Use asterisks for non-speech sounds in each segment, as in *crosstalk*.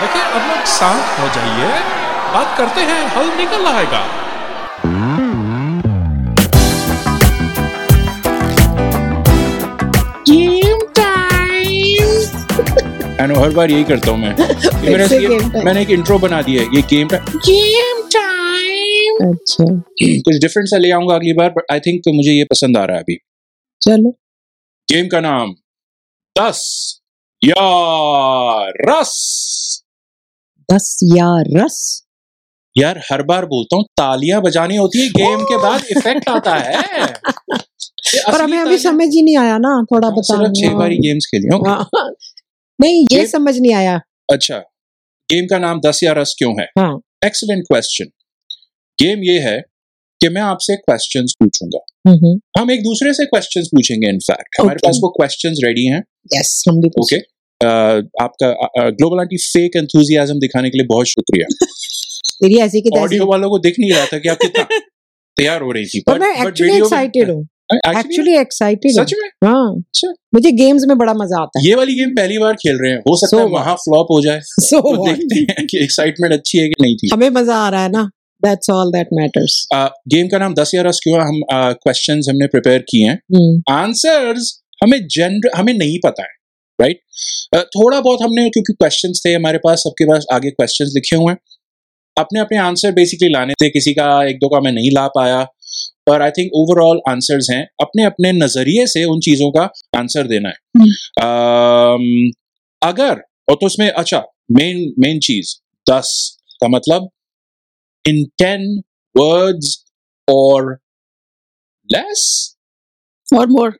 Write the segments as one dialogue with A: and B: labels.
A: देखिए अब लोग शांत हो जाइए बात करते हैं हल निकल आएगा
B: I know, हर बार यही करता हूँ
C: *laughs*
B: मैं ये मैंने
C: से
B: ये-
C: game time.
B: मैंने एक इंट्रो बना दिया है ये गेम
C: अच्छा
B: कुछ डिफरेंट सा ले आऊंगा अगली बार बट आई थिंक मुझे ये पसंद आ
A: *laughs*
B: रहा है अभी
C: चलो
B: गेम का नाम दस या रस
C: दस या रस
B: यार हर बार बोलता हूँ तालियां बजानी होती है गेम के बाद इफेक्ट आता
C: *laughs*
B: है ये
C: पर
B: असली
C: हमें अभी
B: तालियां-
C: समझ ही नहीं आया ना थोड़ा
B: हाँ,
C: बता
B: सिर्फ छह बार गेम्स खेली ओके
C: हाँ। नहीं ये
B: ये-
C: समझ नहीं आया
B: अच्छा गेम का नाम दस या रस क्यों है
C: हाँ।
B: एक्सलेंट क्वेश्चन गेम ये है कि मैं आपसे क्वेश्चंस पूछूंगा हम एक दूसरे से क्वेश्चंस पूछेंगे इनफैक्ट हमारे
C: Okay.
B: पास वो क्वेश्चंस रेडी हैं
C: यस हम भी पूछ-
B: ओके आपका ग्लोबल आंटी फेक एंथुजियाज्म दिखाने के लिए बहुत शुक्रिया
C: तेरी ऐसी की तैसी
B: ऑडियो वालों को दिख नहीं रहा था कि आप कितना
C: *laughs*
B: तैयार हो रही थी
C: पर मैं एक्चुअली एक्साइटेड हूँ
B: एक्चुअली
C: एक्चुअली एक्साइटेड
B: हाँ, सच में
C: हूँ हाँ
B: अच्छा।
C: मुझे गेम्स में बड़ा मजा आता है
B: ये वाली गेम पहली बार खेल रहे हैं हो सकता
C: So
B: है
C: what?
B: वहां फ्लॉप हो जाए
C: So
B: तो
C: what?
B: देखते हैं कि एक्साइटमेंट अच्छी है कि नहीं थी
C: हमें मजा आ रहा है ना that's all that matters
B: game का नाम दस या रस क्यों है? हम क्वेश्चंस हमने प्रिपेयर किए हैं
C: हम्म।
B: आंसर्स हमें जनर हमें नहीं पता है राइट थोड़ा बहुत हमने क्योंकि क्वेश्चंस थे हमारे पास सबके पास आगे क्वेश्चंस लिखे हुए हैं अपने अपने आंसर बेसिकली लाने थे किसी का एक दो का मैं नहीं ला पाया और आई थिंक ओवरऑल आंसर्स हैं अपने अपने नजरिए से उन चीजों का आंसर देना है
C: हम्म।
B: अम, अगर और तो उसमें अच्छा मेन मेन चीज दस का मतलब इन टेन वर्ड्स और लेस
C: और मोर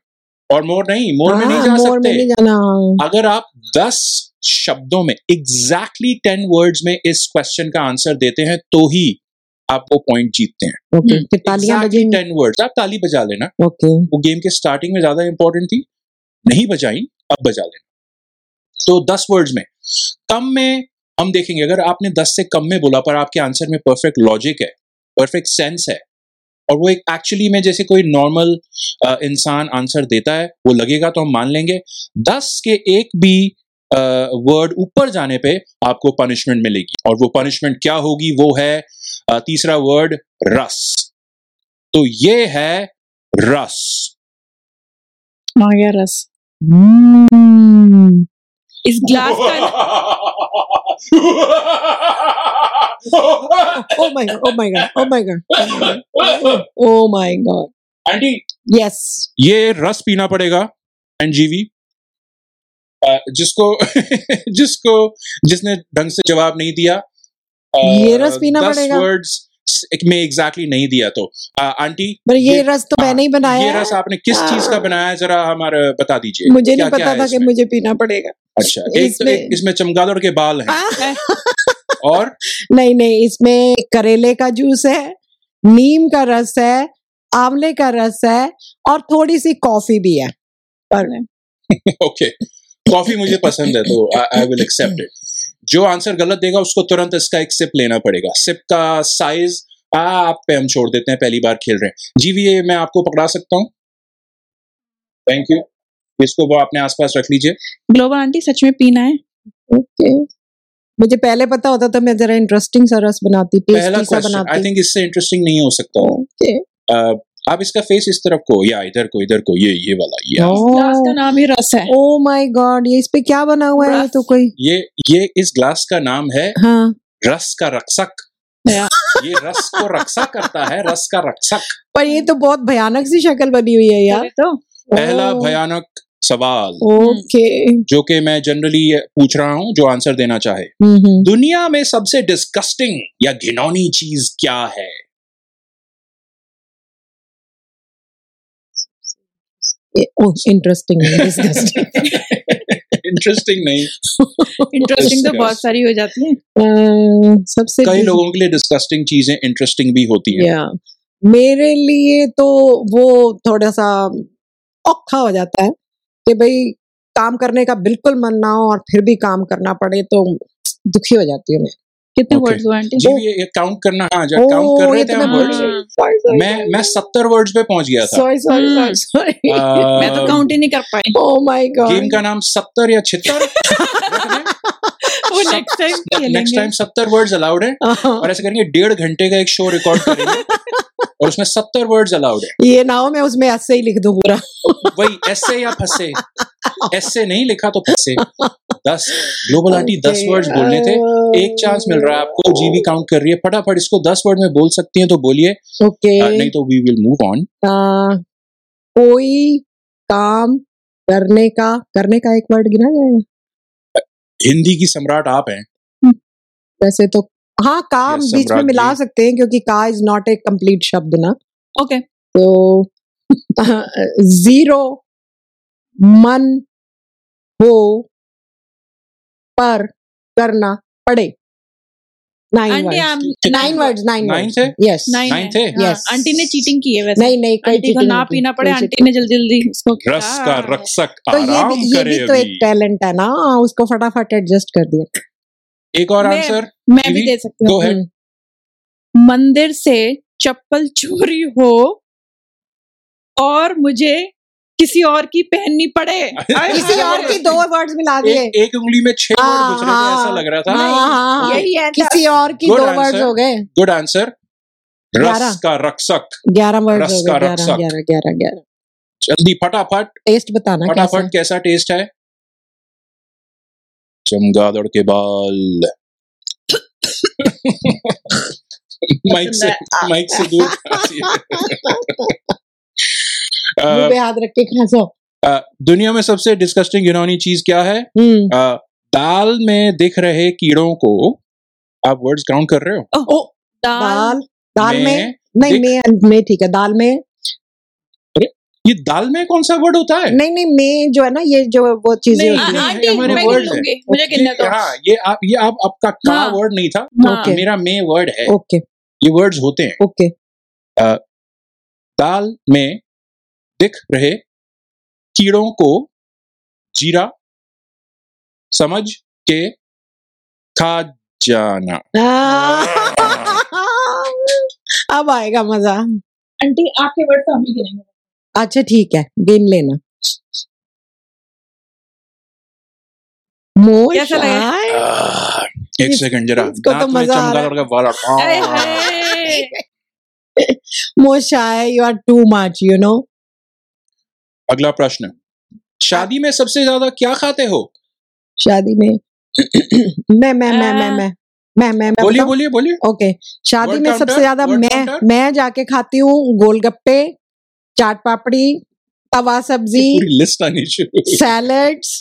B: और मोर नहीं मोर में नहीं जा
C: मोर हाँ, में
B: सकते हाँ।
C: नहीं जाना
B: अगर आप 10 शब्दों में एग्जैक्टली 10 वर्ड्स में इस क्वेश्चन का आंसर देते हैं तो ही आप वो पॉइंट जीतते हैं
C: ओके फिर तालियां
B: एग्जैक्टली
C: बजेंगी
B: 10 वर्ड्स आप ताली बजा लेना
C: ओके
B: वो गेम के स्टार्टिंग में ज्यादा इंपॉर्टेंट थी नहीं बजाई अब बजा लेना तो 10 वर्ड्स में कम में हम देखेंगे अगर आपने 10 से कम में बोला पर आपके आंसर में परफेक्ट लॉजिक है परफेक्ट सेंस है और वो एक एक्चुअली में जैसे कोई नॉर्मल इंसान आंसर देता है वो लगेगा तो हम मान लेंगे दस के एक भी वर्ड ऊपर जाने पे आपको पनिशमेंट मिलेगी और वो पनिशमेंट क्या होगी वो है अ, तीसरा वर्ड रस तो ये है रस
C: आ गया रस
B: Mm.
C: हम्म
D: इस ग्लास का
C: oh my god oh my god oh my god oh my god
B: aunty
C: yes
B: ये रस पीना पड़ेगा एनजीवी जिसको जिसको जिसने ढंग से जवाब नहीं दिया अ,
C: ये रस पीना
B: दस
C: पड़ेगा?
B: words में एग्जैक्टली नहीं दिया तो अ, आंटी
C: पर ये
B: ये- हाँ,
C: रस तो मैंने ही बनाया
B: ये
C: है। हाँ।
B: रस आपने किस चीज का बनाया है जरा हमारे बता दीजिए
C: मुझे नहीं
B: क्या- क्या
C: पता
B: है
C: था कि
B: इसमें?
C: मुझे पीना
B: *laughs*
C: पड़ेगा
B: अच्छा एक तो एक
C: इसमें- हाँ।
B: इसमें चमगादड़ के बाल हैं *laughs*
C: आह,
B: और
C: नहीं नहीं इसमें करेले का जूस है नीम का रस है आंवले का रस है और थोड़ी सी कॉफी भी है पर
B: ओके कॉफी मुझे पसंद है तो आई विल एक्सेप्ट इट जो आंसर गलत देगा उसको तुरंत इसका एक सिप लेना पड़ेगा सिप का साइज आप पे हम छोड़ देते हैं पहली बार खेल रहे हैं जी भी ये मैं आपको पकड़ा सकता हूँ थैंक यू इसको वो अपने आसपास रख लीजिए
D: ग्लोबल आंटी सच में पीना है
C: ओके मुझे पहले पता होता तो मैं जरा इंटरेस्टिंग सा रस बनाती
B: पहला
C: टेस्टी सा
B: क्वेश्चन आई
C: बनाती
B: थिंक इससे इंटरेस्टिंग नहीं हो सकता
C: ओके
D: तो
B: uh, आप इसका फेस इस तरफ को या इधर को इधर को ये ये वाला ये
C: हाँ। Oh,
D: ग्लास का नाम ही रस है
C: ओ माय गॉड oh ये इस पे क्या बना हुआ है ये तो कोई
B: ये ये इस ग्लास का नाम है
C: हाँ
B: रस का रक्षक
D: या।
B: ये रस को रक्षा करता है रस का रक्षक
C: पर
B: हाँ।
C: ये तो बहुत भयानक सी शक्ल बनी हुई है यार
D: तो
B: पहला
C: ओ,
B: भयानक सवाल
C: ओके
B: जो कि मैं जनरली पूछ रहा हूं जो आंसर देना चाहे
C: हम्म
B: दुनिया में सबसे डिस्गस्टिंग या घिनौनी चीज क्या है *laughs*
C: इंटरेस्टिंग
B: *laughs*
C: डिस्गस्टिंग
B: इंटरेस्टिंग
C: *laughs*
B: नहीं
D: इंटरेस्टिंग तो
B: Discuss.
D: बहुत सारी हो जाती है
C: सबसे
B: कई लोगों के लिए डिस्गस्टिंग चीजें इंटरेस्टिंग भी होती हैं
C: या मेरे लिए तो वो थोड़ा सा औखा हो जाता है कि भाई काम करने का बिल्कुल मन ना हो और फिर भी काम करना पड़े तो दुखी हो जाती हूँ मैं
D: कितने
B: Okay.
D: वर्ड्स हुए आंटी
B: जी ये, ये काउंट करना हाँ जब काउंट कर
C: ओह,
B: रहे
C: ये
B: थे
C: तो
B: हम
C: मैं
D: words।
C: भूल गई। Sorry, sorry,
B: वर्ड्स मैं
C: sorry.
B: मैं सत्तर वर्ड्स पे पहुंच गया था
C: Sorry, sorry,
D: हम्म।
C: sorry, sorry. *laughs* तो
D: मैं
B: um,
D: तो काउंट ही नहीं कर पाई
C: Oh my God.
B: गेम का नाम सत्तर या छिहत्तर
D: *laughs* वो नेक्स्ट
B: *laughs*
D: टाइम
B: नेक्स्ट टाइम सत्तर वर्ड्स अलाउड है और ऐसे करेंगे डेढ़ घंटे का एक शो रिकॉर्ड करेंगे
C: *laughs*
B: और उसमें सत्तर वर्ड्स अलाउड
C: *laughs*
B: है
C: ये ना हो मैं उसमें ऐसे ही लिख दूं पूरा
B: वही ऐसे या फंसे ऐसे नहीं लिखा तो फंसे दस ग्लोबल आंटी दस वर्ड्स बोलने थे
C: uh,
B: एक चांस मिल रहा है आपको जीवी काउंट कर रही है फटाफट इसको दस वर्ड में बोल सकती हैं तो बोलिए
C: ओके
B: अ, नहीं तो वी विल मूव ऑन
C: कोई काम करने का करने का एक वर्ड गिना जाएगा
B: हिंदी की सम्राट आप हैं
C: वैसे तो हाँ काम
B: Yes,
C: बीच में
B: सम्राट
C: मिला
B: जी।
C: सकते हैं क्योंकि का इज नॉट ए कंप्लीट शब्द ना
D: ओके
C: तो *laughs* जीरो मन हो पर करना पड़े नाइन वर्ड
D: आंटी हम
C: नाइन वर्ड नाइन
B: नाइन थे
C: यस
D: नाइन
B: Nine थे?
D: हाँ,
C: Yes.
D: आंटी ने चीटिंग की है वैसे
C: नहीं नहीं कोई
D: आंटी को
C: cheating
D: ना
C: नहीं की,
D: पीना
C: कोई
D: पड़े
C: cheating
D: आंटी ने जल्दी जल्दी उसको
B: रस का
D: हाँ।
B: रक्षक
C: तो ये
B: आराम
C: भी ये
B: करे
C: भी तो एक
B: अभी
C: टैलेंट है ना उसको फटाफट एडजस्ट कर दिया
B: एक और
D: मैं-
B: आंसर
D: मैं भी
B: जीवी,
D: दे सकती
B: गो
D: हूँ
B: तो है
C: हम्म,
D: मंदिर से चप्पल चोरी हो और मुझे किसी और की पहननी
B: *laughs*
D: पड़े
C: *laughs*
B: हाय,
C: किसी
D: हाँ,
B: हाय,
C: और की दो वर्ड्स मिला दिए
B: एक, एक उंगली में छह वर्ड
C: हाँ, हाँ,
B: घुस रहे थे ऐसा लग रहा
C: हाँ,
B: था
C: हाँ, हाँ, हाँ।
D: यही आंसर
C: किसी और की
B: Good
C: दो
B: answer.
C: वर्ड्स हो गए
B: गुड आंसर
C: ग्यारह।
B: रस का रक्षक
C: ग्यारह वर्ड्स
B: रस
C: हो गए
B: का
C: ग्यारह
B: रक्षक।
C: ग्यारह ग्यारह ग्यारह
B: जल्दी फटाफट
C: टेस्ट बताना कैसा
B: फटाफट
C: है?
B: कैसा टेस्ट है चमगादड़ के बाल माइक से माइक से दूर हंसी।
D: *laughs*
C: मुंह
B: अ,
C: पे हाथ रख के खांसो
B: अ, दुनिया में सबसे डिस्कस्टिंग यूनानी चीज क्या है
C: हम्म
B: अ, दाल में दिख रहे कीड़ों को आप वर्ड्स काउंट कर रहे हो
D: ओ, दाल
C: दाल दाल में नहीं
B: देख-
C: में में ठीक है दाल में
B: ये दाल में कौन सा वर्ड होता है
C: नहीं नहीं में जो है ना ये जो वो चीजें
D: नहीं,
C: होती
B: है,
C: हैं
D: आंटी
B: हमारे
D: मैं
B: words
D: गिन
B: है।
D: लूंगी मुझे गिनने दो
B: ये- हाँ ये आप ये आप आपका का
D: हाँ।
B: वर्ड नहीं था
D: हाँ,
C: Okay.
B: मेरा में वर्ड है
C: ओके
B: ये वर्ड्स होते हैं
C: ओके
B: दाल में दिख रहे कीड़ों को जीरा समझ के खा जाना हाँ।
C: *laughs* अब आएगा मजा
D: आंटी आपके वर्ड तो हम ही गिनेंगे
C: अच्छा ठीक है गिन लेना मोर
D: कैसा लगा?
C: शान।
B: आह, एक सेकंड जरा
C: इसको तो
B: दांत में
C: मजा आ रहा है।
B: चमगादड़ का वाला हाँ।
D: अरे *laughs* hi
C: more shy you are too much you know
B: अगला प्रश्न शादी में सबसे ज्यादा क्या खाते हो
C: शादी में *clears throat* मैं मैं मैं मैं मैं मैं मैं मैं
D: तो
B: बोलिए
C: बताऊं?
B: बोलिए बोलिए
C: ओके शादी
B: Word
C: में
B: counter?
C: सबसे ज्यादा
B: Word
C: मैं
B: counter?
C: मैं जाके खाती हूँ गोलगप्पे चाट पापड़ी तवा सब्जी
B: पूरी लिस्ट आनी शुरू हुई।
C: salads,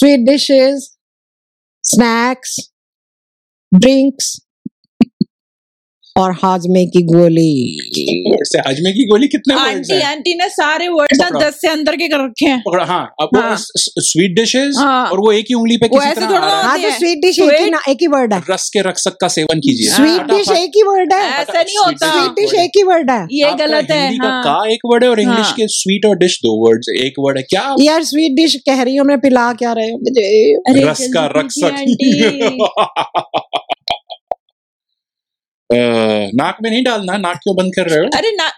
C: sweet dishes, snacks, drinks और हाजमे की गोली
B: से हाजमे की गोली कितने words
D: आंटी
B: हैं?
D: आंटी ने सारे वर्ड्स
B: पकड़ो।
D: दस से अंदर के कर रखे हैं
B: पकड़ा हाँ अब
D: हाँ।
B: स्वीट डिशेस
D: हाँ।
B: और वो एक ही उंगली पे
D: वो
B: किसी
D: ऐसे
B: तरह आ
D: थोड़ा
B: रहा
C: हाँ
D: होते
C: तो
D: हैं।
C: स्वीट डिश एक ही ना एक ही वर्ड है
B: है रस के रक्षक का सेवन कीजिए हाँ।
D: हाँ।
C: स्वीट डिश
B: फटाफट।
C: एक ही वर्ड है
D: ऐसा नहीं होता
C: स्वीट डिश
B: word है।
C: एक ही वर्ड है
D: ये
B: आपका
D: गलत है
B: हिंदी का
D: हाँ।
B: का एक वर्ड है और इंग्लिश
D: हाँ।
B: के स्वीट और डिश दो वर्ड्स है एक वर्ड है क्या
C: यार स्वीट डिश कह रही हूँ मैं पिला क्या रहे हो मुझे
D: अरे
B: रस का
D: जल्दी कीजिए, आंटी।
B: रक्षक *laughs* अ, नाक में नहीं डालना नाक क्यों बंद कर रहे हो
D: *laughs* अरे ना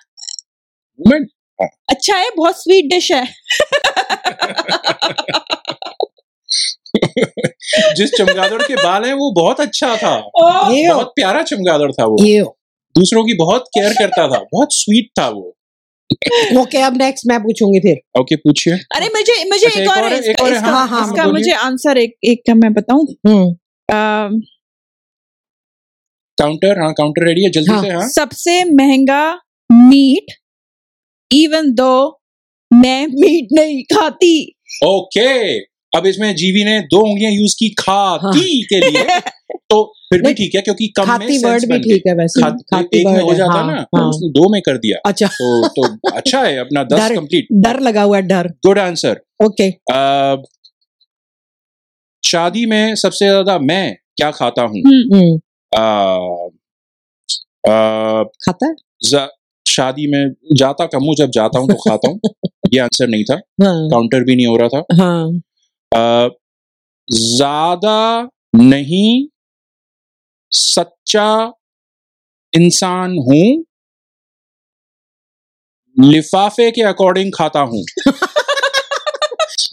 B: मैं-
D: अच्छा है बहुत स्वीट डिश है
B: जिस चमगादड़ के बाल हैं वो बहुत अच्छा था
D: ओ,
C: ये
B: बहुत प्यारा चमगादड़ था वो
C: ये
B: दूसरों की बहुत केयर करता था बहुत स्वीट था वो
C: ओके अब नेक्स्ट मैं पूछूंगी फिर
B: ओके पूछिए
D: अरे मुझे मुझे
B: अच्छा,
D: एक और है इसका,
B: है,
D: इसका,
C: हाँ, हाँ,
D: इसका
B: बोलिए।
D: मुझे आंसर एक एक का मैं बताऊं
C: हम्म
D: अम,
B: काउंटर हाँ काउंटर रेडी है जल्दी
C: हाँ,
B: से हाँ
D: सबसे महंगा मीट इवन दो मैं मीट नहीं खाती
B: ओके अब इसमें जीवी ने दो उंगलियां यूज की खाती के लिए तो फिर
C: *laughs*
B: भी
C: नहीं,
B: ठीक है क्योंकि कम में
C: हाँ। खाती
B: sense
C: वर्ड भी
B: बन गई।
C: ठीक है वैसे
B: खाती
C: खाती
B: एक में हो
C: वर्ड
B: जाता ना तो
C: हाँ
B: उसने दो में कर दिया
C: अच्छा
B: तो तो अच्छा है अपना दस
C: डर-
B: कंप्लीट
C: डर लगा हुआ है डर
B: गुड आंसर
C: ओके
B: शादी में सबसे ज्यादा मैं क्या खाता हूँ
D: हम्म,
C: हम्म
B: अ, अ,
C: खाता है
B: जा- शादी में जाता कम हूँ जब जाता हूँ तो खाता
C: *laughs*
B: हूँ ये आंसर नहीं था
C: हाँ
B: काउंटर भी नहीं हो रहा था
C: हाँ
B: अ, ज्यादा नहीं सच्चा इंसान हूं लिफाफे के अकॉर्डिंग खाता हूं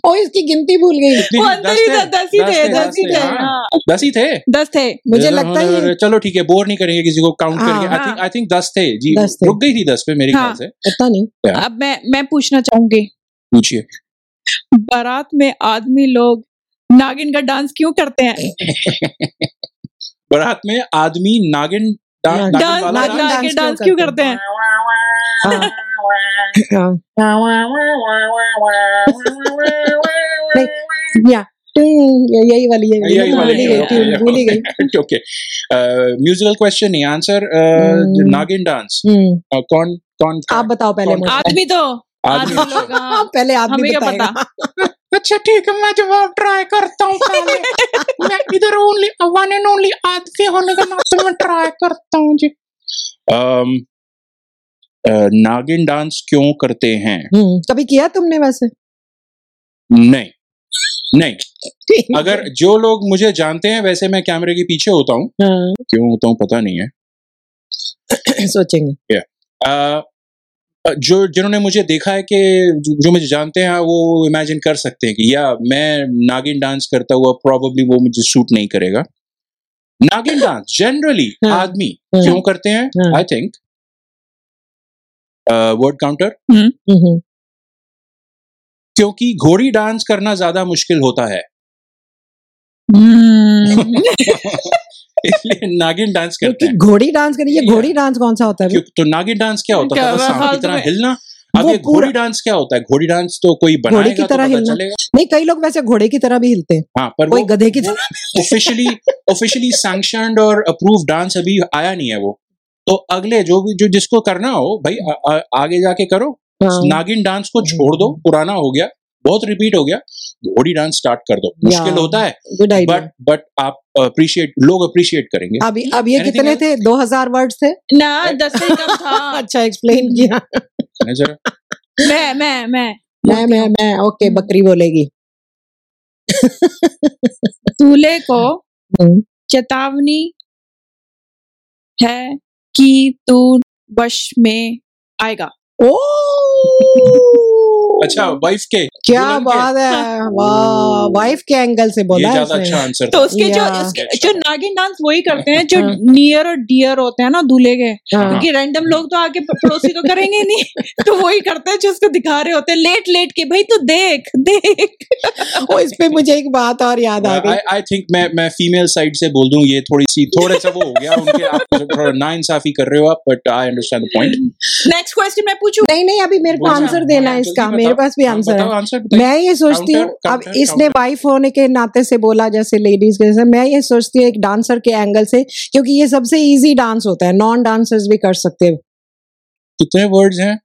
C: ओ इसकी गिनती भूल गई
B: नहीं,
D: *laughs* वो
B: नहीं,
D: अंदर ही
B: दस
D: था
B: थे,
D: दस
B: दस थे,
D: ही थे दस ही थे
B: हाँ।
D: हाँ
B: दस ही थे
D: दस थे
C: मुझे लगता है ये
B: चलो ठीक है बोर नहीं करेंगे किसी को काउंट
C: हाँ,
B: करके आई थिंक आई थिंक दस थे जी
C: दस थे।
B: रुक गई थी दस पे मेरे ख्याल
D: हाँ।
B: से
C: पता नहीं
D: अब मैं मैं पूछना चाहूंगी
B: पूछिए
D: बारात में आदमी लोग नागिन का डांस क्यों करते हैं
B: बारात में आदमी नागिन डा-
C: नागिन-
B: नागिन
D: डांस
B: वाला
C: नागिन
B: *laughs*
C: डांस
B: डांस-
D: नागिन
C: क्यों
D: डांस क्यों
C: करते
D: करते हैं
C: हाँ। हाँ। या टिंग, ये- यही वाली है
B: यही
C: मैं
B: वाली
C: भूल ही
D: है,
C: गई
D: हाँ,
C: ट्यून
B: yeah,
C: भूल ही गई
B: ओके म्यूजिकल क्वेश्चन नहीं आंसर
C: Hmm.
B: Uh, नागिन डांस
C: हम्म,
B: अ, कौन कौन
C: आप बताओ पहले
B: कौन-
C: मुझे
D: आदमी तो आदमी
B: आदमी
D: लोग
C: *laughs*
D: हाँ।
C: हाँ, पहले आदमी
D: हमें क्या
C: बताएगा
D: पता
B: अच्छा ठीक है मैं जवाब ट्राई करता हूँ पहले मैं इधर ओनली वन एंड ओनली आदमी होने का नाते मैं ट्राई करता हूँ जी um, uh, नागिन डांस क्यों करते हैं
C: हम्म, कभी किया तुमने वैसे
B: नहीं नहीं अगर जो लोग मुझे जानते हैं वैसे मैं कैमरे के पीछे होता हूँ
C: हाँ,
B: क्यों होता हूँ पता नहीं है
C: सोचेंगे
B: अ, जो जिन्होंने मुझे देखा है कि जो जो मुझे जानते हैं वो इमेजिन कर सकते हैं कि या मैं नागिन डांस करता हुआ प्रॉब्लली वो मुझे सूट नहीं करेगा नागिन डांस जनरली
C: *laughs* हाँ,
B: आदमी
C: हाँ,
B: क्यों करते हैं
C: हाँ।
B: आई थिंक वर्ड काउंटर
C: हम्म,
B: क्योंकि घोड़ी डांस करना ज्यादा मुश्किल होता है *laughs*
D: हम्म,
B: इसलिए नागिन डांस करते
C: क्योंकि
B: हैं
C: घोड़ी डांस करी ये
B: Yeah.
C: घोड़ी डांस कौन सा होता है
B: क्यों- तो नागिन डांस क्या होता
D: क्या
B: था बस
D: बात
B: सांप की
D: है
B: तरह
D: तुम्हें।
B: हिलना अब
C: वो
B: ये
C: पूरा
B: घोड़ी डांस क्या होता है घोड़ी डांस तो कोई बनाएगा तो
C: तरह
B: पता
C: हिलना।
B: चलेगा
C: नहीं कई लोग वैसे घोड़े की तरह भी हिलते हैं
B: हाँ पर
C: कोई
B: वो
C: गधे की तरह
B: ऑफिशियली ऑफिशियली सैंक्शनड और अप्रूव डांस अभी आया नहीं है वो तो अगले जो भी जो जिसको करना हो भाई आ, आ, आगे जाके करो
C: हाँ,
B: नागिन डांस को छोड़ दो पुराना हो गया बहुत रिपीट हो गया घोड़ी डांस स्टार्ट कर दो मुश्किल
C: Yeah.
B: होता है
C: good idea.
B: बट बट आप अप्रिशिएट लोग अप्रिशिएट करेंगे
C: अब अब ये
B: Anything
C: कितने
B: else?
C: थे 2000 वर्ड्स थे
D: ना दस से कम था
C: *laughs* अच्छा एक्सप्लेन
D: *laughs*
C: किया
B: है ना जरा
D: मैं मैं मैं
C: मैं मैं मैं ओके
D: हम्म।
C: बकरी बोलेगी
D: दूल्हे को
C: हम्म,
D: चेतावनी है कि तू बश में आएगा
C: *laughs* ओ
B: अच्छा वाइफ के
C: क्या
B: दुल्हन के?
C: बात
D: हाँ।
C: है वाह वाइफ के एंगल से
B: ये
C: बोला है
B: ज्यादा
C: इसने
B: अच्छा आंसर
D: तो
B: था
D: उसके जो
C: Yeah.
D: उसके जो नागिन डांस वही करते हैं जो
C: हाँ।
D: नियर और डियर होते हैं ना दूल्हे के
B: अच्छा। *laughs*
C: हाँ,
D: क्योंकि रैंडम लोग तो आके प- पड़ोसी तो करेंगे नहीं *laughs* तो वही करते हैं जो उसको दिखा रहे होते हैं लेट लेट के भाई तू देख देख
C: ओ इस पे मुझे एक बात और याद आ गई
B: आई आई थिंक मैं मैं फीमेल साइड से बोल दूं ये थोड़ी सी थोड़ा सा वो हो गया उनके आप *laughs* थोड़ा नाइंसाफी कर रहे हो आप but I understand the point
D: next question मैं पूछूं
C: नहीं नहीं अभी मेरे को
B: बोलो।
C: आंसर देना है
B: हाँ,
C: इसका
B: जल्दी
C: मेरे
B: बताओ।
C: पास भी
B: हाँ,
C: आंसर है
B: बताओ आंसर बताइए।
C: मैं ये सोचती
B: Counter,
C: हूँ अब
B: counter,
C: इसने
B: counter.
C: वाइफ होने के नाते से बोला जैसे लेडीज के जैसे मैं ये सोचती हूँ एक डांसर के एंगल से क्योंकि ये सबसे इजी डांस होता है नॉन डांसर्स भी कर सकते हैं
B: कितने वर्ड्स तो हैं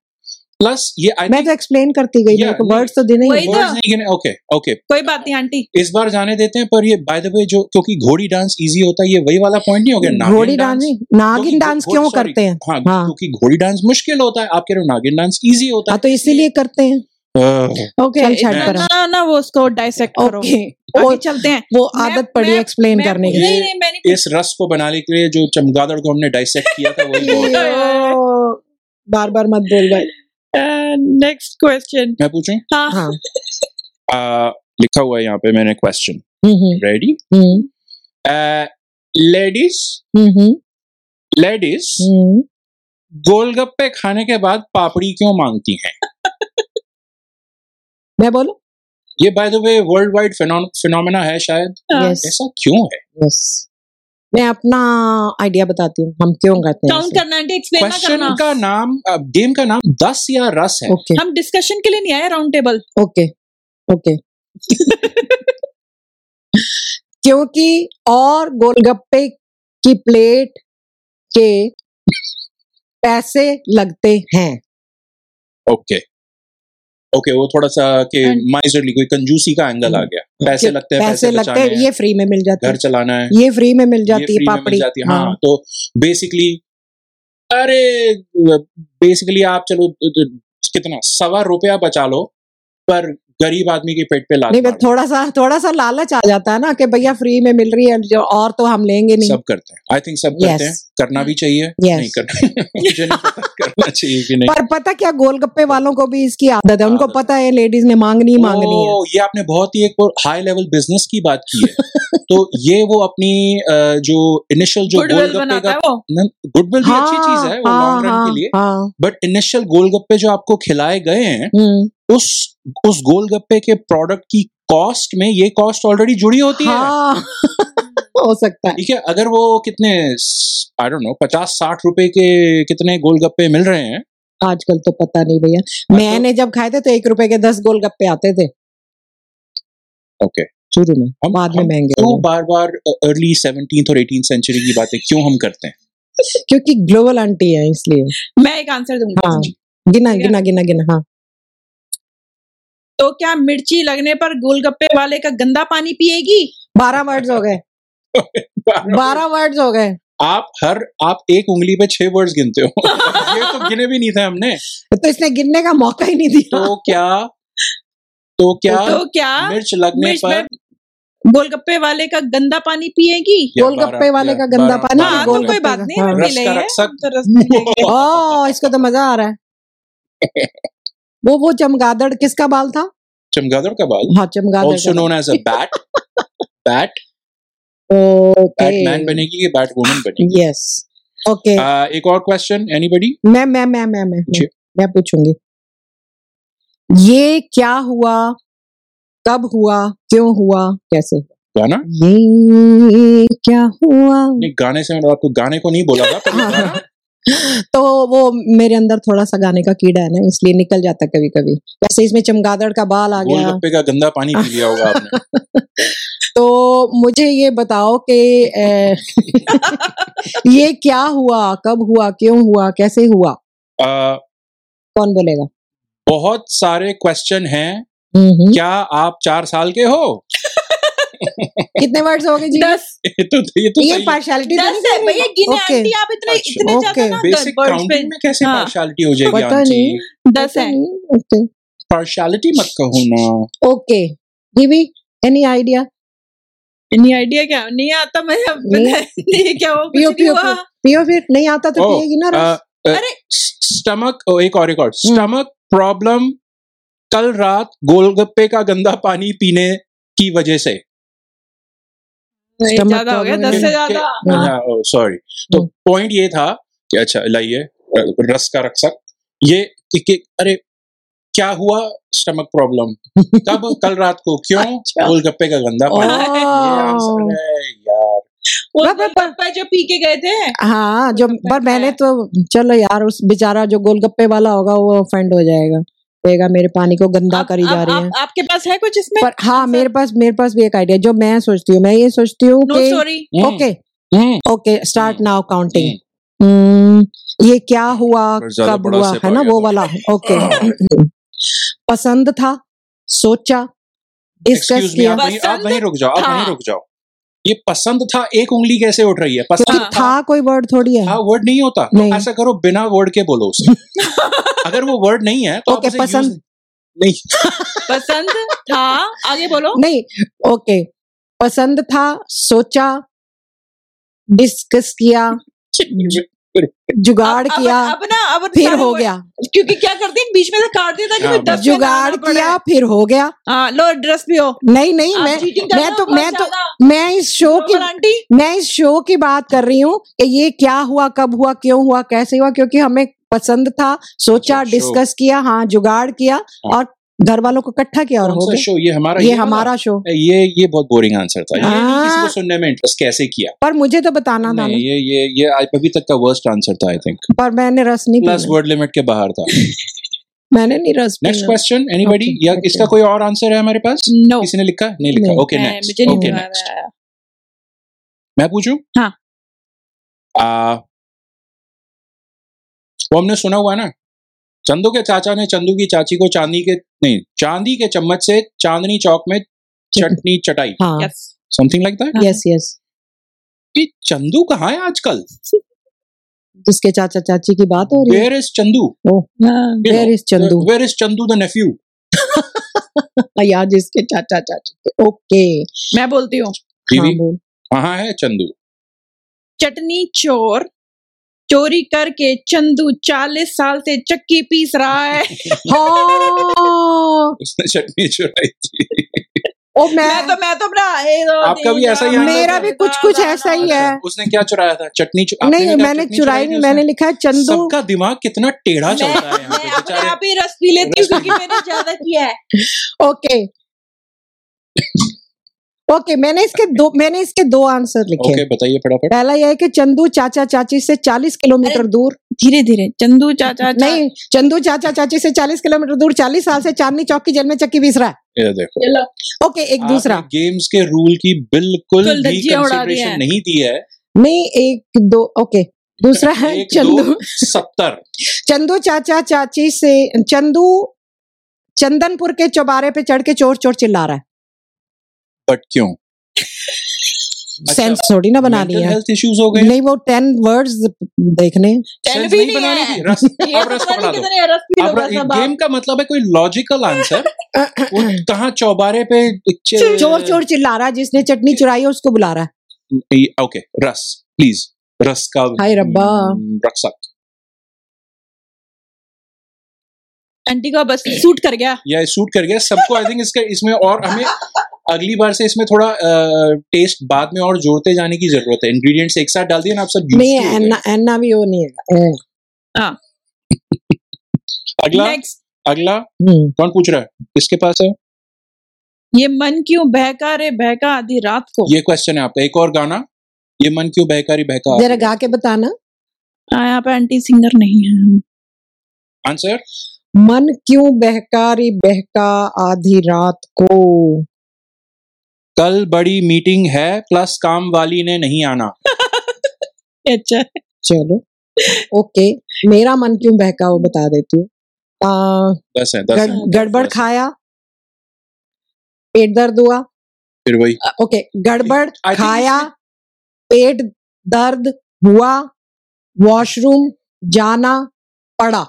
B: प्लस ये आई
C: मैं तो एक्सप्लेन करती गई
B: Yeah,
C: मेरे को
B: नहीं।
C: वर्ड्स तो देने ही
D: वही
C: हैं।
D: तो
B: वर्ड्स नहीं गिने ओके ओके
D: कोई बात नहीं आंटी
B: इस बार जाने देते हैं पर ये बाय द वे जो क्योंकि घोड़ी डांस इजी होता है ये वही वाला पॉइंट नहीं हो गया नागिन
C: घोड़ी डांस
B: dance?
C: नहीं, नागिन
B: क्योंकि
C: डांस
B: घो-
C: क्यों
B: sorry,
C: करते हैं
B: हाँ
C: हाँ।
B: क्योंकि घोड़ी डांस मुश्किल होता है आप कह रहे हो नागिन डांस इजी होता
C: हाँ
B: है
C: तो इसीलिए करते हैं
B: अह,
D: ओके
C: चल छाड़
D: इतना
C: करो
D: ना ना वो उसको डाइसेक्ट करो
C: ओके
D: आगे
C: वो
D: चलते हैं
C: वो
D: मैं-
C: आदत पड़ी
D: मैं-
C: एक्सप्लेन
D: मैं
C: करने
D: पूछ-
C: की
B: ये-
D: नहीं नहीं मैं नहीं
B: इस रस को बनाने के लिए जो चमगादड़ को हमने डाइसेक्ट किया था वही बहुत
D: ये-
C: बार बार मत बोल भाई
D: नेक्स्ट क्वेश्चन
B: मैं पूछूं
D: हाँ
C: हाँ
B: अह, लिखा हुआ है यहाँ पे मैंने क्वेश्चन
C: हम्म हम्म
B: रेडी
C: हम्म
B: लेडीज
C: हम्म हम्म
B: लेडीज
C: हम्म।
B: गोलगप्पे खाने के बाद पापड़ी क्यों मांगती हैं
C: मैं बोलू
B: ये by the way world wide phenomena है शायद
D: हाँ।
C: यस
B: ऐसा क्यों है
C: यस मैं अपना आइडिया बताती हूँ हम क्यों करते हैं
D: काउंट करना आंटी एक्सप्लेन ना
B: क्वेश्चन
D: करना
B: का नाम गेम का नाम दस या रस है
C: ओके
D: हम डिस्कशन के लिए नहीं आए राउंड टेबल
C: ओके ओके क्योंकि और गोलगप्पे की प्लेट के पैसे लगते हैं
B: ओके ओके वो थोड़ा सा कि
D: And-
B: माइजरली कोई कंजूसी का एंगल आ गया पैसे
C: कि
B: लगते हैं पैसे
C: Hmm. पैसे लगते
B: बचाने
C: हैं
B: हैं
C: ये फ्री में मिल जाती
B: घर
C: है
B: चलाना है
C: ये फ्री में मिल
B: ये
C: जाती है
B: फ्री में मिल
C: पापड़ी
B: जाती है हाँ तो बेसिकली तो, अरे बेसिकली आप चलो कितना सवा रुपया बचा लो पर गरीब आदमी के पेट पे लात
C: नहीं बस
B: मारना,
C: थोड़ा सा थोड़ा सा लालच आ जाता है ना कि भैया फ्री में मिल रही है जो और तो हम लेंगे नहीं
B: सब करते हैं आई थिंक सब करते हैं
C: Yes. हाँ।
B: करना भी चाहिए
C: Yes.
B: नहीं करना *laughs* मुझे नहीं पता
C: *laughs*
B: करना चाहिए कि नहीं
C: पर पता क्या गोलगप्पे वालों को भी इसकी आदत है उनको
B: आदत है।
C: पता है लेडीज ने मांगनी ही मांगनी है
B: ओ, ये आपने बहुत ही एक हाई लेवल बिजनेस की बात की
C: *laughs*
B: है तो ये वो अपनी अ, जो इनिशियल जो
D: गुडविल
B: गोलगप्पे
D: बनाता
B: का
D: है वो
B: गुडविल भी अच्छी चीज है वो लॉन्ग रन के लिए
C: हाँ
B: बट इनिशियल गोलगप्पे जो आपको खिलाए गए हैं
C: हम्म,
B: उस उस गोलगप्पे के प्रोडक्ट की कॉस्ट में ये कॉस्ट ऑलरेडी जुड़ी होती है
C: हाँ
D: हम्म।
C: हो सकता है
B: ठीक है अगर वो कितने आई डोंट नो पचास साठ रुपए के कितने गोलगप्पे मिल रहे हैं
C: आजकल तो पता नहीं भैया मैंने जब खाए थे तो एक रुपए के दस गोलगप्पे आते थे
B: Okay.
C: शुरू में
B: हम-
C: बाद में
B: हम
C: महंगे हो
D: तो
B: क्यों बार बार अर्ली सेवनटीन और एटीन सेंचुरी की बातें क्यों हम करते हैं
C: गए। क्योंकि ग्लोबल आंटी है इसलिए
D: मैं एक आंसर दूंगी
C: हाँ गिना
D: ठीक है।
C: गिना गिना गिना हाँ
D: तो क्या मिर्ची लगने पर गोलगप्पे वाले का गंदा पानी पिएगी
C: बारह वर्ड्स हो गए बारह वर्ड्स हो गए
B: आप हर आप एक उंगली पे छह वर्ड्स गिनते हो ये तो गिने भी नहीं थे हमने
C: तो इसने गिनने का मौका ही नहीं दिया
B: तो क्या तो क्या
D: तो क्या
B: मिर्च लगने
D: मिर्च
B: पर
D: में गोलगप्पे वाले का गंदा पानी पिएगी
B: या
C: गोलगप्पे
B: बारह-
C: वाले
B: या
C: का गंदा
B: बारह-
C: पानी
B: बारह
D: हाँ
C: गोल
D: तो कोई
C: गप्पे
D: बात
C: का-
D: नहीं
C: हाँ।
D: हमें
B: रस
D: मिले
B: का
D: हैं,
B: रक्षक।
D: हम तो रस
C: *laughs*
D: मिलेंगे।
C: ओ इसको तो मजा आ रहा है वो वो चमगादड़ किसका बाल था
B: चमगादड़ का बाल
C: हाँ चमगादड़
B: also known as a bat
C: *laughs*
B: bat Batman
C: okay
B: बनेगी कि बैट वुमन बनेगी
C: यस ओके
B: Uh, एक और क्वेश्चन एनीबडी
C: मैं मैं मैं मैं मैं
B: जी।
C: मैं, मैं पूछूंगी ये क्या हुआ कब हुआ क्यों हुआ कैसे हुआ?
B: गाना
C: ये क्या हुआ
B: नहीं गाने से मैंने आपको गाने को नहीं बोला था पर
C: *laughs* हाँ,
B: गाना
C: तो वो मेरे अंदर थोड़ा सा गाने का कीड़ा है ना इसलिए निकल जाता कभी कभी वैसे इसमें चमगादड़ का बाल आ गया
B: गोलगप्पे का गंदा पानी पी लिया होगा आपने
C: तो मुझे ये बताओ कि अ, *laughs* ये क्या हुआ कब हुआ क्यों हुआ कैसे हुआ
B: Uh,
C: कौन बोलेगा
B: बहुत सारे क्वेश्चन हैं
C: हम्म,
B: क्या आप चार साल के हो
C: कितने वर्ड्स हो गए जी
D: दस
B: ये तो ये तो
C: ये
B: सही
C: पार्शलिटी
D: दस है भैया गिने
C: Okay.
D: आंटी आप इतने
B: अच्छा,
D: इतने ज्यादा
C: okay.
D: ना
B: बेसिक
D: words
B: काउंटिंग में
D: पे-
B: कैसे
D: हाँ।
B: पार्शियलिटी हो जाएगी
C: पता
B: आंटी
C: नहीं।
D: दस है
C: ओके
B: पार्शियलिटी मत कहो ना
C: ओके दीवी एनी आइडिया
D: नहीं आइडिया क्या नहीं आता मैं अब
C: नहीं। *laughs*
D: नहीं क्या वो
C: पियो
D: कुछ
C: पियो
D: नहीं हुआ
C: पियो। पियो फिर नहीं आता तो
B: Oh,
C: पिएगी ना रस
D: अरे।
B: स्टमक एक और एक और स्टमक प्रॉब्लम कल रात गोलगप्पे का गंदा पानी पीने की वजह से
D: नहीं,
C: stomach
D: ज्यादा हो गया
C: problem
D: दस
C: है।
D: से ज्यादा
C: हाँ। हम्म।
B: सॉरी तो पॉइंट ये था कि अच्छा लाइए अ, रस का रक्षक ये कि, कि अरे क्या हुआ स्टमक
C: *laughs*
B: प्रॉब्लम कब कल रात को क्यों
C: अच्छा।
B: गोलगप्पे का गंदा पानी ये आंसर
C: ओह।
B: है यार
D: वो
C: बस- बस-
D: गोलगप्पा जो पी के गए थे
C: हाँ जो
D: गोलगप्पे
C: पर
D: खाया।
C: मैंने तो चलो यार उस बेचारा जो गोलगप्पे वाला होगा वो ऑफेंड हो जाएगा कहेगा मेरे पानी को गंदा
D: आप-
C: करी
D: आप-
C: जा रही
D: आप-
C: है
D: आपके पास है कुछ इसमें
C: पर हाँ
D: answer?
C: मेरे पास मेरे पास भी एक आइडिया जो मैं सोचती हूँ मैं ये सोचती हूँ
D: नो
C: कि
D: स्टोरी
B: हम्म,
C: ओके
B: हम्म,
C: ओके स्टार्ट
B: हम्म,
C: नाउ काउंटिंग Hmm, ये क्या हुआ
B: पर Hmm. ज्यादा
C: कब
B: बड़ा
C: हुआ
B: step
C: है
B: आ
C: ना
B: गया
C: वो
B: था। हाँ।
C: वाला ओके *clears throat* पसंद था सोचा डिस्कस
B: एक्सक्यूज मी
C: किया हाँ।
B: आप वहीं आप
D: पसंद
B: वहीं रुक जाओ आप
D: था।
B: वहीं रुक जाओ ये पसंद था एक उंगली कैसे उठ रही है
C: क्योंकि
B: पसंद
C: था
B: था
C: कोई वर्ड थोड़ी है
B: था वर्ड नहीं होता तो
C: नहीं।
B: ऐसा करो बिना वर्ड के बोलो
C: *laughs*
B: उसे अगर वो वर्ड नहीं है तो आप
C: ओके,
B: उसे use
C: पसंद-
B: नहीं
D: पसंद था आगे बोलो
C: नहीं ओके पसंद था सोचा डिस्कस किया *laughs* जुगाड़
D: अब- अब-
C: किया
D: अब ना अब
C: फिर
D: सारे
C: हो
D: word-
C: गया
D: क्योंकि क्या करते हैं बीच में से काट देता कि
B: हाँ,
D: कोई दस पे ना
C: जुगाड़
D: आना पड़े।
C: किया फिर हो गया
D: हाँ लो ड्रेस भी हो
C: नहीं नहीं
D: आप
C: मैं
D: cheating कर
C: मैं
D: रहे हो
C: तो
D: बहुत
C: मैं तो
D: ज्यादा।
C: मैं इस शो की
D: Roman आंटी
C: मैं इस शो की बात कर रही हूँ कि ये क्या हुआ कब हुआ क्यों हुआ कैसे हुआ क्योंकि हमें पसंद था सोचा
B: अच्छा, show। हाँ।
C: डिस्कस किया हाँ जुगाड़ किया और घर वालों को इकट्ठा किया और
B: कौन
C: हो
B: सा
C: गया
B: शो ये हमारा
C: ये
B: वाला?
C: हमारा शो
B: ये ये बहुत बोरिंग आंसर था ये नहीं किसी
C: हाँ।
B: को सुनने में इंटरेस्ट कैसे किया
C: पर मुझे तो बताना था
B: नहीं
C: ना
B: ये ये ये आज अभी तक का वर्स्ट आंसर था आई थिंक
C: पर मैंने रस नहीं
B: प्लस
C: पीना
B: वर्ड लिमिट के बाहर था
C: मैंने नहीं रस
B: नेक्स्ट
C: पीना
B: क्वेश्चन एनीबडी
C: Okay,
B: या
C: okay.
B: इसका कोई और आंसर है हमारे पास
D: नो
B: किसी ने लिखा नहीं लिखा
C: नहीं,
B: ओके
D: मुझे
B: नेक्स्ट
D: नहीं
B: ओके
D: समझ
B: नेक्स्ट
D: आया।
B: मैं पूछूं
D: हाँ।
B: आ, वो हमने सुना हुआ है ना चंदू के चाचा ने चंदू की चाची को चांदी के नहीं चांदी के चम्मच से चांदनी चौक में चटनी चटाई
C: हाँ
D: Yes.
B: Something like that
C: yes yes हाँ।
B: कि चंदू कहाँ है आजकल
C: जिसके चाचा चाची की बात हो रही है
B: वेयर इज चंदू
D: हाँ।
C: Where is Chandu
B: where is Chandu the nephew
C: या जिसके चाचा चाची के हाँ, ओके
D: मैं बोलती हूँ
B: बीवी कहाँ है चंदू
D: चटनी चोर चोरी करके चंदू चालीस साल से चक्की पीस रहा
C: *laughs*
D: है
C: हाँ
B: उसने चटनी चुराई थी
C: ओ
D: मैं
C: मैं
D: तो मैं तो हाँ, अपना ए दो,
B: आपका भी
D: दीना,
B: ऐसा ही हाल है?
C: मेरा भी कुछ कुछ ऐसा ही है
B: अच्छा, उसने क्या चुराया था चटनी चु... आपने
C: नहीं
B: भी कहा
C: मैंने
B: चटनी
C: चुराई नहीं मैंने
B: उसने?
C: लिखा है चंदू
B: सबका दिमाग कितना टेढ़ा
D: मैं-
B: चलता है यहाँ
D: मैं
B: पे
D: अपने
B: बेचारे
D: आप ही रस पी लेती हूँ क्योंकि मैंने ज्यादा किया है
C: ओके *laughs* ओके मैंने इसके दो मैंने इसके दो आंसर लिखे
B: ओके बताइए फटाफट
C: पहला यह है कि चंदू चाचा चाची से 40 किलोमीटर दूर
D: धीरे धीरे चंदू *laughs* चाचा
C: नहीं चंदू चाचा चाची से 40 किलोमीटर दूर 40 साल से चांदनी चौक की जेल में चक्की पीस रहा
B: ये देखो
D: चलो
C: है ओके एक दूसरा
B: गेम्स के रूल की बिल्कुल
D: बिल्कुल
B: भी
D: धज्जियाँ उड़ा दी
B: कंसिडरेशन
D: हैं।
B: नहीं दी
C: *laughs*
B: है
C: नहीं एक दो ओके दूसरा है
B: एक,
C: चंदू
B: दो, सत्तर
C: चंदू चाचा चाची से चंदू चंदनपुर के चौबारे पे चढ़ के चोर चोर चिल्ला रहा है
B: बट क्यों
C: *laughs*
B: अच्छा,
C: सेंस थोड़ी ना बनानी है
B: हेल्थ इश्यूज हो गए
C: नहीं वो टेन वर्ड्स देखने
D: टेन
B: Sense
D: भी
B: नहीं
D: नहीं
B: बनानी
D: है
B: थी
C: *laughs*
B: रस
D: ये
B: अब
D: तो
B: रस
D: पता
B: बना दो
D: नहीं कितने रस पी
B: अब
D: लोगा
B: र-
D: सब
B: गेम
D: आप।
B: का मतलब है कोई लॉजिकल
C: *laughs*
B: आंसर वो कहाँ चौबारे पे चे-
C: चोर चोर चिल्ला रहा है जिसने चटनी चुराई है उसको बुला रहा है
B: ये- ओके रस प्लीज रस का
C: हाय रब्बा।
B: हम्म, रक्षक
D: आंटी का बस सूट कर गया
B: या सूट कर गया सबको आई थिंक इसका इसमें और हमें अगली बार से इसमें थोड़ा टेस्ट बाद में और जोड़ते जाने की जरूरत है इंग्रेडिएंट्स एक साथ डाल दिए ना आप सब used
C: नहीं
B: to हो गए।
C: एन्ना एन्ना भी वो नहीं है ए,
B: अगला
D: नेक्स्ट
B: अगला
C: हम्म,
B: कौन पूछ रहा है किसके पास है
D: ये मन क्यों बहका रे बहका आधी रात को
B: ये क्वेश्चन है आपका एक और गाना ये मन क्यों बहकारी बहका
C: जरा गा के बताना
D: हाँ, यहाँ पे आंटी सिंगर नहीं है
B: आंसर
C: मन क्यों बहका रे बहका आधी रात को
B: कल बड़ी मीटिंग है प्लस काम वाली ने नहीं आना
D: अच्छा
C: चलो ओके मेरा मन क्यों बहका वो बता देती हूँ आ,
B: दस है दस
C: गड़-
B: है
D: हैं,
C: गड़बड़
B: दस हैं।
C: खाया पेट दर्द हुआ
B: फिर वही
C: ओके गड़बड़
B: I think
C: खाया पेट दर्द हुआ वॉशरूम जाना पड़ा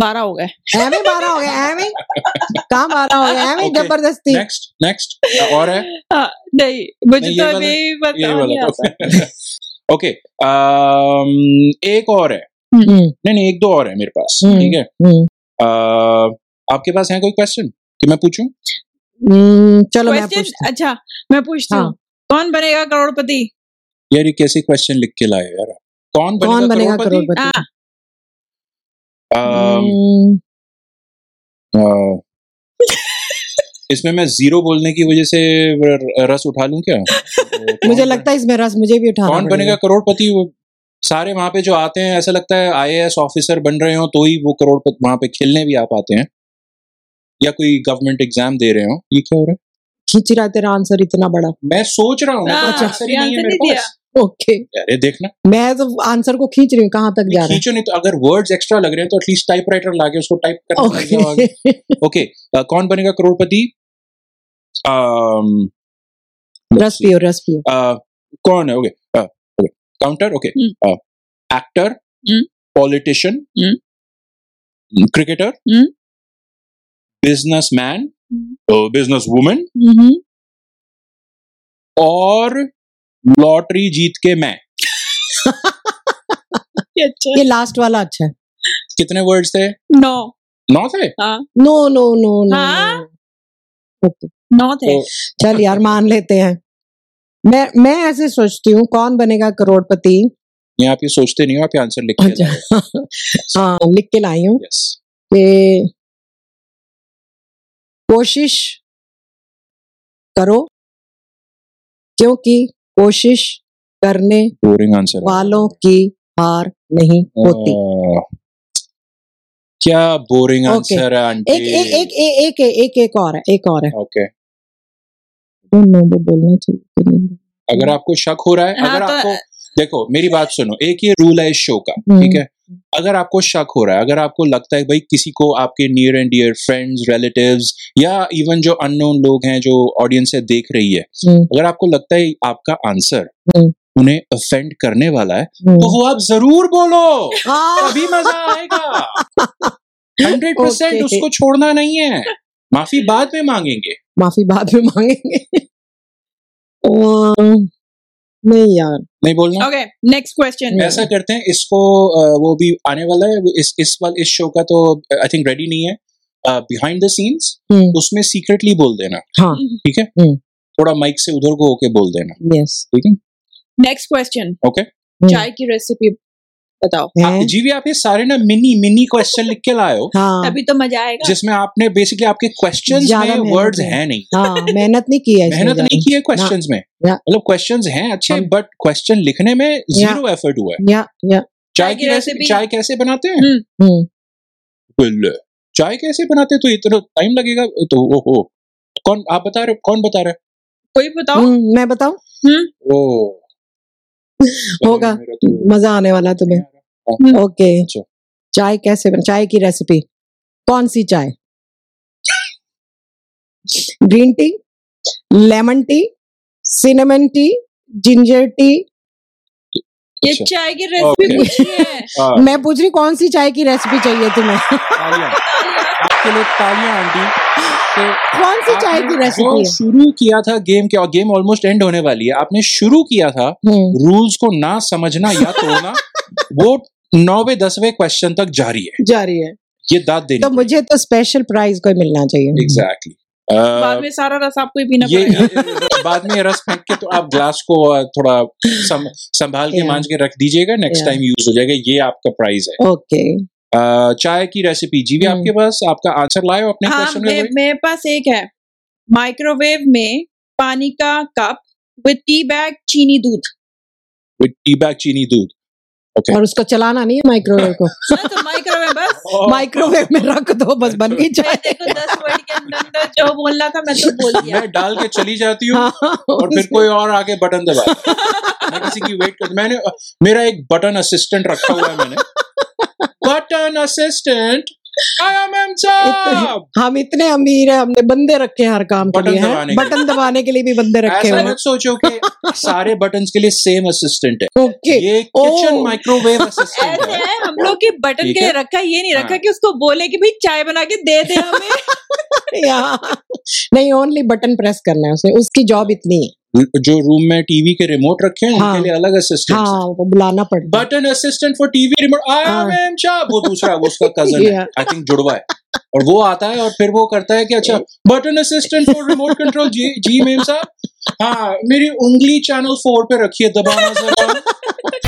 D: बारह हो गए
C: एवे बारह हो गया एवे काम बारह हो गया एवे
B: Okay.
C: जबरदस्ती
B: नेक्स्ट नेक्स्ट और है
D: हाँ, नहीं मुझे
B: नहीं, ये
D: तो
B: वाला-
D: अभी
B: ये
D: पता नहीं
B: वाला
D: आता
B: *laughs* तो ओके um, एक और है
C: हम्म,
B: नहीं नहीं एक दो और है मेरे पास
C: हम्म।
B: ठीक है
C: हम्म।
B: अह, आपके पास है कोई क्वेश्चन कि मैं पूछूं
C: हम्म, चलो मैं
D: क्वेश्चन
C: पूछती
D: अच्छा मैं पूछती
C: हाँ।
D: हूँ कौन बनेगा करोड़पति
B: यार ये कैसे क्वेश्चन लिख के लाए यार आप? कौन
C: हूँ। कौन बनेगा
B: करोड़पति? Um,
C: करोड़पति
D: हाँ,
B: अम,
C: हम्म,
B: अह, uh, इसमें मैं जीरो बोलने की वजह से र- रस उठा लूं
C: *laughs*
B: क्या वो
C: मुझे
B: कौन
C: लगता है इसमें रस मुझे भी
D: हाँ,
B: बने-
C: उठाना
B: कौन बनेगा करोड़पति वो सारे वहां पे जो आते हैं ऐसा लगता है आईएएस ऑफिसर बन रहे हो तो ही वो करोड़पति वहां पे खेलने भी आ पाते हैं या कोई गवर्नमेंट एग्जाम दे रहे हो ये क्या हो रहा
C: खींच रहा है तेरा आंसर इतना बड़ा
B: है मैं सोच रहा हूँ
D: हाँ,
B: आंसर ही
D: ये
B: नहीं है
D: answer
B: मेरे
D: नहीं दिया।
B: पास
C: ओके
B: अरे देखना
C: मैं तो आंसर को खींच रही हूँ कहाँ तक जा
B: नहीं, खींचो नहीं तो अगर वर्ड्स एक्स्ट्रा लग रहे हैं तो एटलीस्ट टाइपराइटर लाके उसको टाइप करना लग
C: रहा
B: जाओ
C: है
B: आगे।
C: ओके
B: ओके अ, कौन बनेगा करोड़पति अम,
C: रस पियो रस पियो
B: अ, कौन है ओके अ, ओके काउंटर ओके
D: हम्म।
B: एक्टर
D: हम्म।
B: पॉलिटिशियन क्रिकेटर
D: हम्म।
C: हम्म।
B: बिजनेसमैन बिजनेस वुमेन
D: हम्म,
B: और लॉटरी जीत के मैं
D: ये अच्छा
C: ये लास्ट वाला अच्छा है
B: कितने वर्ड्स थे
D: नौ
B: नौ थे
C: नो नो नो नो
D: हाँ?
C: ओके
D: नौ थे
B: तो-
C: चल यार मान लेते हैं मैं मैं ऐसे सोचती हूँ कौन बनेगा करोड़पति
B: नहीं आप ये सोचते नहीं हो आप ये आंसर लिख के
C: अच्छा हाँ लिख के लाई हूँ
B: यस
C: कि कोशिश करो क्योंकि कोशिश करने
B: बोरिंग आंसर है
C: वालों की हार नहीं होती
B: आह, क्या बोरिंग
C: Okay.
B: आंसर है आंटी
C: एक एक एक एक एक एक एक और है एक और है
B: ओके
C: नो वो बोलना चाहिए कि नहीं।
B: अगर आपको शक हो रहा है
D: हाँ,
B: अगर
D: तो-
B: आपको देखो मेरी बात सुनो एक ये रूल है इस शो का ठीक है अगर आपको शक हो रहा है अगर आपको लगता है भाई किसी को आपके near and dear friends relatives या इवन जो अननोन लोग हैं जो ऑडियंस है देख रही है
C: हम्म,
B: अगर आपको लगता है आपका आंसर
C: हम्म।
B: उन्हें अफेंड करने वाला है
C: हम्म।
B: तो वो आप जरूर बोलो
C: हाँ *laughs*
B: तभी मजा आएगा हंड्रेड परसेंट
C: Okay.
B: उसको छोड़ना नहीं है माफी बाद में मांगेंगे
C: माफी बाद में मांगेंगे अम्म, नहीं यार
B: नहीं बोलना
D: ओके नेक्स्ट क्वेश्चन
B: तो- ऐसा करते हैं इसको अ, वो भी आने वाला है वो इस इस वाल इस शो का तो आई थिंक रेडी नहीं है बिहाइंड द सीन्स
C: हम्म।
B: उसमें सीक्रेटली बोल देना
C: हाँ।
B: ठीक है
C: हम्म।
B: थोड़ा माइक से उधर को होके बोल देना
C: यस
B: ठीक है
D: नेक्स्ट क्वेश्चन
B: Okay.
D: चाय की रेसिपी बताओ
B: आप- हाँ, जी भी आप ये सारे ना मिनी मिनी क्वेश्चन लिख के
C: *laughs*
B: लाए हो
C: हाँ
D: तभी तो मजा आएगा
B: जिसमें आपने बेसिकली आपके क्वेश्चन
C: ज्यादा
B: में
C: मेहनत
B: वर्ड्स
C: है।
B: है नहीं
C: हाँ मेहनत नहीं की है इसमें
B: मेहनत
C: ज्यादा।
B: नहीं
C: हाँ।
B: की है क्वेश्चंस में
C: ना।
B: मतलब क्वेश्चंस हैं अच्छे
C: हम-
B: बट क्वेश्चन लिखने में जीरो एफर्ट हुआ है
C: हाँ। या या
B: चाय की रेसिपी चाय कैसे बनाते हैं
C: हम्म
B: बिल्कुल। चाय कैसे बनाते हैं? तो इतना टाइम लगेगा तो ओ हो कौन आप बता रहे हो कौन बता रहा
D: कोई बताओ
C: हम्म, मैं बताऊं
B: है ओ अरे,
C: होगा।
B: मेरा तो-
C: मजा आने वाला है तुम्हें ओके
B: अच्छा।
C: चाय कैसे बना चाय की रेसिपी कौन सी चाय green tea lemon tea cinnamon tea ginger tea
D: ये
B: अच्छा।
D: चाय की रेसिपी
C: *laughs*
B: Okay.
D: पूछी है
B: हाँ,
C: मैं पूछ रही कौन सी चाय की रेसिपी चाहिए तुम्हें
B: तालियां। आपके लिए तालियां आंटी तो
C: कौन सी चाय
B: आपने
C: की
B: जो
C: रेसिपी है
B: शुरू किया था गेम के और गेम ऑलमोस्ट एंड होने वाली है आपने शुरू किया था
C: हम्म,
B: रूल्स को ना समझना या तोड़ना वो नौवे दसवें क्वेश्चन तक जारी है
C: जारी है
B: ये दाद देनी
C: तो मुझे तो स्पेशल प्राइज कोई मिलना चाहिए
B: एग्जैक्टली
D: बाद में सारा रस आपको ही पीना
B: ये
D: पड़ेगा
B: बाद में ये रस फेंक के तो आप ग्लास को अ, थोड़ा सं- संभाल के
C: Yeah.
B: मांझ के रख दीजिएगा नेक्स्ट
C: Yeah.
B: टाइम यूज हो जाएगा ये आपका प्राइस है
C: ओके
B: अ, चाय की रेसिपी जी भी
C: Hmm.
B: आपके पास आपका आंसर लाए हो अपने
D: हाँ
B: क्वेश्चन
D: मे-
B: में
D: मेरे पास एक है माइक्रोवेव में पानी का कप विद टी बैग चीनी दूध
B: विद टी बैग चीनी दूध
C: और उसको चलाना नहीं है माइक्रोवेव को
D: *laughs* हाँ, तो माइक्रोवेव बस *laughs*
C: माइक्रोवेव में रख दो बस बन गई
D: मैं
C: चाय
D: देखो दस वर्ड के अंदर अंदर जो बोलना था मैं तो बोल दिया
B: मैं डाल के चली जाती हूँ
C: हाँ,
B: और फिर कोई और आके बटन दबा मैं किसी की वेट कर मैंने मेरा एक बटन असिस्टेंट रखा हुआ है मैंने बटन असिस्टेंट आई एम एम साहब
C: हम इतने अमीर है हमने बंदे रखे हैं हर काम के
B: बटन
C: लिए
B: दबाने
C: हैं
B: के
C: बटन दबाने के लिए भी बंदे रखे
B: ऐसा
C: हुए
B: मत सोचो कि सारे बटन के लिए सेम असिस्टेंट है
C: हैं ओके
B: ये किचन
C: ओ।
B: माइक्रोवेव
C: *laughs*
B: असिस्टेंट
D: *laughs* ऐसे
B: है
D: है हम लोग के बटन
B: ठीक
D: के लिए
B: है।
D: रखा ये नहीं रखा
B: हाँ।
D: कि उसको बोले कि भाई चाय बना के दे दे हमें
C: या नहीं ओनली बटन प्रेस करना है उसने उसकी जॉब इतनी है
B: जो रूम में टीवी के रिमोट रखे हैं
C: हाँ।
B: उनके लिए अलग असिस्टेंट
C: हाँ वो बुलाना पड़ता है
B: button assistant for TV remote आई
C: हाँ।
B: एम एम शाह वो दूसरा वो उसका कजन
C: *laughs*
B: है
C: Yeah.
B: आई थिंक जुड़वा है और वो आता है और फिर वो करता है कि अच्छा button assistant for remote control जी जी मेम साहब हाँ मेरी उंगली चैनल फोर पे रखिए दबाना जरा